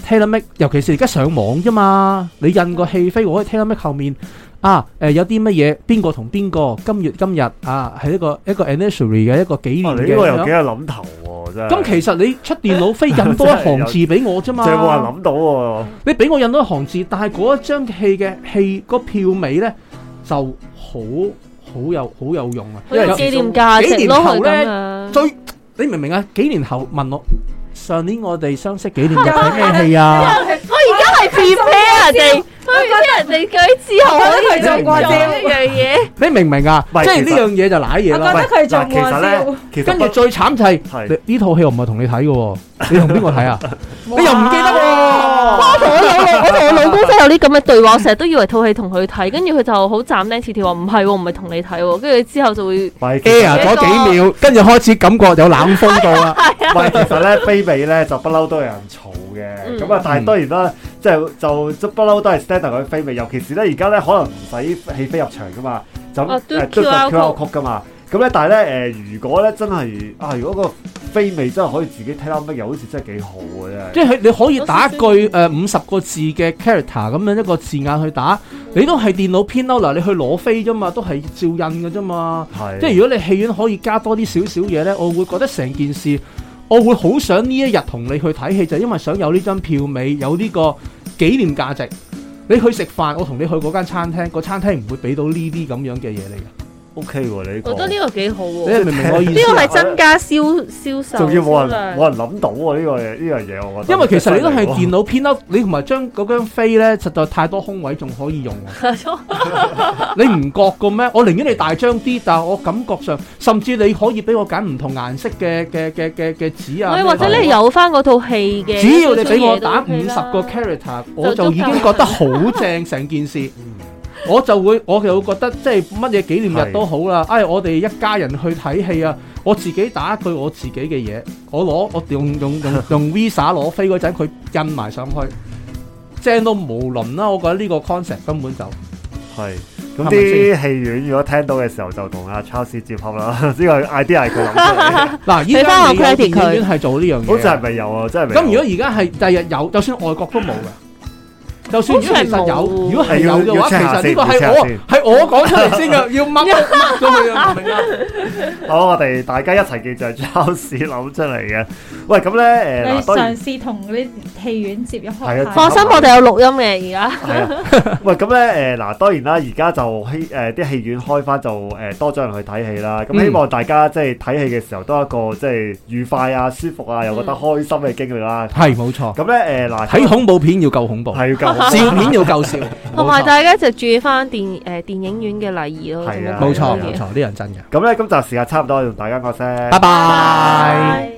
Speaker 2: t a i l o make，尤其是而家上網啫嘛，你印個戲飛，我可以 t a i l o make 後面啊，誒、有啲乜嘢，邊個同邊個，今月今日啊，係一個一個 anniversary 嘅一個紀
Speaker 1: 過哇啊
Speaker 2: 念
Speaker 1: 你
Speaker 2: 嘅
Speaker 1: 呢個又幾
Speaker 2: 咁樣。
Speaker 1: 有諗頭喎，真係。
Speaker 2: 咁其實你出電 腦飛印多一行字俾我啫嘛，
Speaker 1: 仲有冇人諗到喎？
Speaker 2: 你俾我印到一行字，但係嗰一張戲嘅戲嗰票尾咧就好好有好有用啊！
Speaker 4: 好有紀念價值咯，佢咁樣。
Speaker 2: 最你明唔明啊？幾年後問我，上年我哋相識幾年入睇咩戲 啊？
Speaker 4: 我而家係 prepare 人哋，prepare 人哋佢之後可以做過呢樣嘢。
Speaker 2: 你明唔明啊？
Speaker 1: 唔係
Speaker 2: 即係
Speaker 1: 其
Speaker 2: 呢
Speaker 1: 實
Speaker 2: 樣嘢就賴嘢
Speaker 3: 我覺
Speaker 2: 啦
Speaker 3: 得。
Speaker 1: 喂
Speaker 3: 佢仲
Speaker 1: 嗱其實
Speaker 3: 話
Speaker 1: 咧，其實
Speaker 2: 跟住
Speaker 1: 不
Speaker 2: 最慘就係
Speaker 1: 係
Speaker 2: 你呢套戲我唔係同你睇 嘅喎，你同邊個睇啊？你又唔記得喎？
Speaker 4: 我同我老公，我同我老公真係有啲咁嘅對話，我成日都以為套戲同佢睇，跟住佢就好斬釘截鐵話唔係喎，唔係同你睇喎，跟住之後就 會
Speaker 1: 係其
Speaker 2: a
Speaker 1: 實
Speaker 2: i 咗幾秒，跟住開始感覺有冷風到啦。
Speaker 4: 啊
Speaker 1: 唔係，其實咧飛尾咧就不嬲都有人嘈
Speaker 4: 嗯
Speaker 1: 嘅，咁啊、但係當然啦，即係就即不嬲都係 standard 佢飛尾，尤其是咧而家咧可能唔使起飛入場噶嘛，就
Speaker 4: 啊
Speaker 1: 誒
Speaker 4: 嘟 QR
Speaker 1: QR
Speaker 4: code
Speaker 1: code 噶嘛。咁咧，但係咧誒，如果咧真係啊，如果個飛尾真係可以自己睇啦，乜又好似真係幾好嘅真係。
Speaker 2: 即係你可以打一句呃誒五十個字嘅 character 咁樣一個字眼去打，你都係電腦編嬲嗱，你去攞飛啫嘛，都係照印嘅啫嘛。
Speaker 1: 係，
Speaker 2: 即係如果你戲院可以加多啲少少嘢呢，我會覺得成件事，我會好想呢一日同你去睇戲，就係因為想有呢張票尾，有呢個紀念價值。你去食飯，我同你去嗰間餐廳，個餐廳唔會俾到呢啲咁樣嘅嘢你
Speaker 1: OK 喎，你
Speaker 4: 覺得呢個幾好喎。
Speaker 2: 嘅。
Speaker 4: 呢
Speaker 2: 你明唔明我意思
Speaker 4: 個
Speaker 2: 啊？
Speaker 4: 係增加銷銷售
Speaker 1: 仲要冇
Speaker 4: 銷
Speaker 1: 人
Speaker 4: 量。
Speaker 1: 冇人諗到喎呢個嘢呢樣嘢， 我覺得。
Speaker 2: 因為其實你都係
Speaker 1: 腦，
Speaker 2: 電腦編輯，你同埋將嗰張飛呢，實在太多空位仲可以用喎。你唔覺嘅咩？我寧願你大張啲，但係我感覺上，甚至你可以俾我揀唔同顏色嘅嘅嘅嘅嘅紙啊。
Speaker 4: 喂，或者
Speaker 2: 咩
Speaker 4: 你有翻嗰套戲嘅，
Speaker 2: 只要你俾我打五十個
Speaker 4: 個
Speaker 1: 嗯
Speaker 2: character，我就已經覺得好正成件事。我就會我就會覺得即係乜嘢紀念日都好啦，唉、我哋一家人去睇戲啊，我自己打一句我自己嘅嘢，我攞我用用用用 Visa 攞飛嗰陣，佢印埋上去，正到無倫啦！我覺得呢個 concept 根本就
Speaker 1: 係。咁
Speaker 2: 係咪
Speaker 1: 啲戲院如果聽到嘅時候，就同阿 Charles 接洽啦。 呢個 idea 係佢諗出嚟 嘅，
Speaker 2: 嗱，依
Speaker 4: 俾返
Speaker 2: 家
Speaker 4: 我
Speaker 2: 你有
Speaker 4: credit
Speaker 2: 電
Speaker 4: 佢
Speaker 2: 影院係做呢樣嘢，
Speaker 1: 好似係咪有啊？真係未有
Speaker 2: 咁如果而家係第日有，就算外國都冇嘅。就算如果其實有，
Speaker 4: 好似
Speaker 2: 如
Speaker 4: 係冇
Speaker 2: 果係有嘅話，其
Speaker 1: 係要要 check 下
Speaker 2: 實呢個
Speaker 1: 先要 check
Speaker 2: 係
Speaker 1: 下
Speaker 2: 我
Speaker 1: 先
Speaker 2: 係我講出嚟先 嘅，要掹掹咗佢啊！明唔明啊？
Speaker 1: 好，我哋大家一齊記住係 Charles 諗出嚟嘅。喂，咁咧誒，
Speaker 3: 你
Speaker 1: 嗱當然
Speaker 3: 嘗試同嗰啲戲院接一開
Speaker 1: 係啊
Speaker 3: 下
Speaker 4: 放心，我哋有錄音嘅而家。
Speaker 1: 係啊。喂，咁咧誒嗱，當然啦，而家就希誒啲戲院開翻就誒多咗人去睇戲啦。
Speaker 2: 嗯
Speaker 1: 咁希望大家即係睇戲嘅時候都有一個即係愉快啊、舒服啊，又覺得開心嘅經歷啦。
Speaker 2: 係冇錯，
Speaker 1: 咁咧誒嗱，
Speaker 2: 嗯睇恐怖片要夠 恐怖，
Speaker 1: 係要夠 好
Speaker 2: 笑片要夠笑，
Speaker 4: 同
Speaker 2: 冇
Speaker 4: 埋
Speaker 2: 錯
Speaker 4: 大家就注意翻電誒電影院嘅禮儀咯，
Speaker 1: 係啊
Speaker 2: 冇錯
Speaker 1: 係啊
Speaker 2: 冇錯，呢樣真嘅。
Speaker 1: 咁咧，今集時間差唔多，同大家講聲。
Speaker 2: 拜拜。
Speaker 3: 拜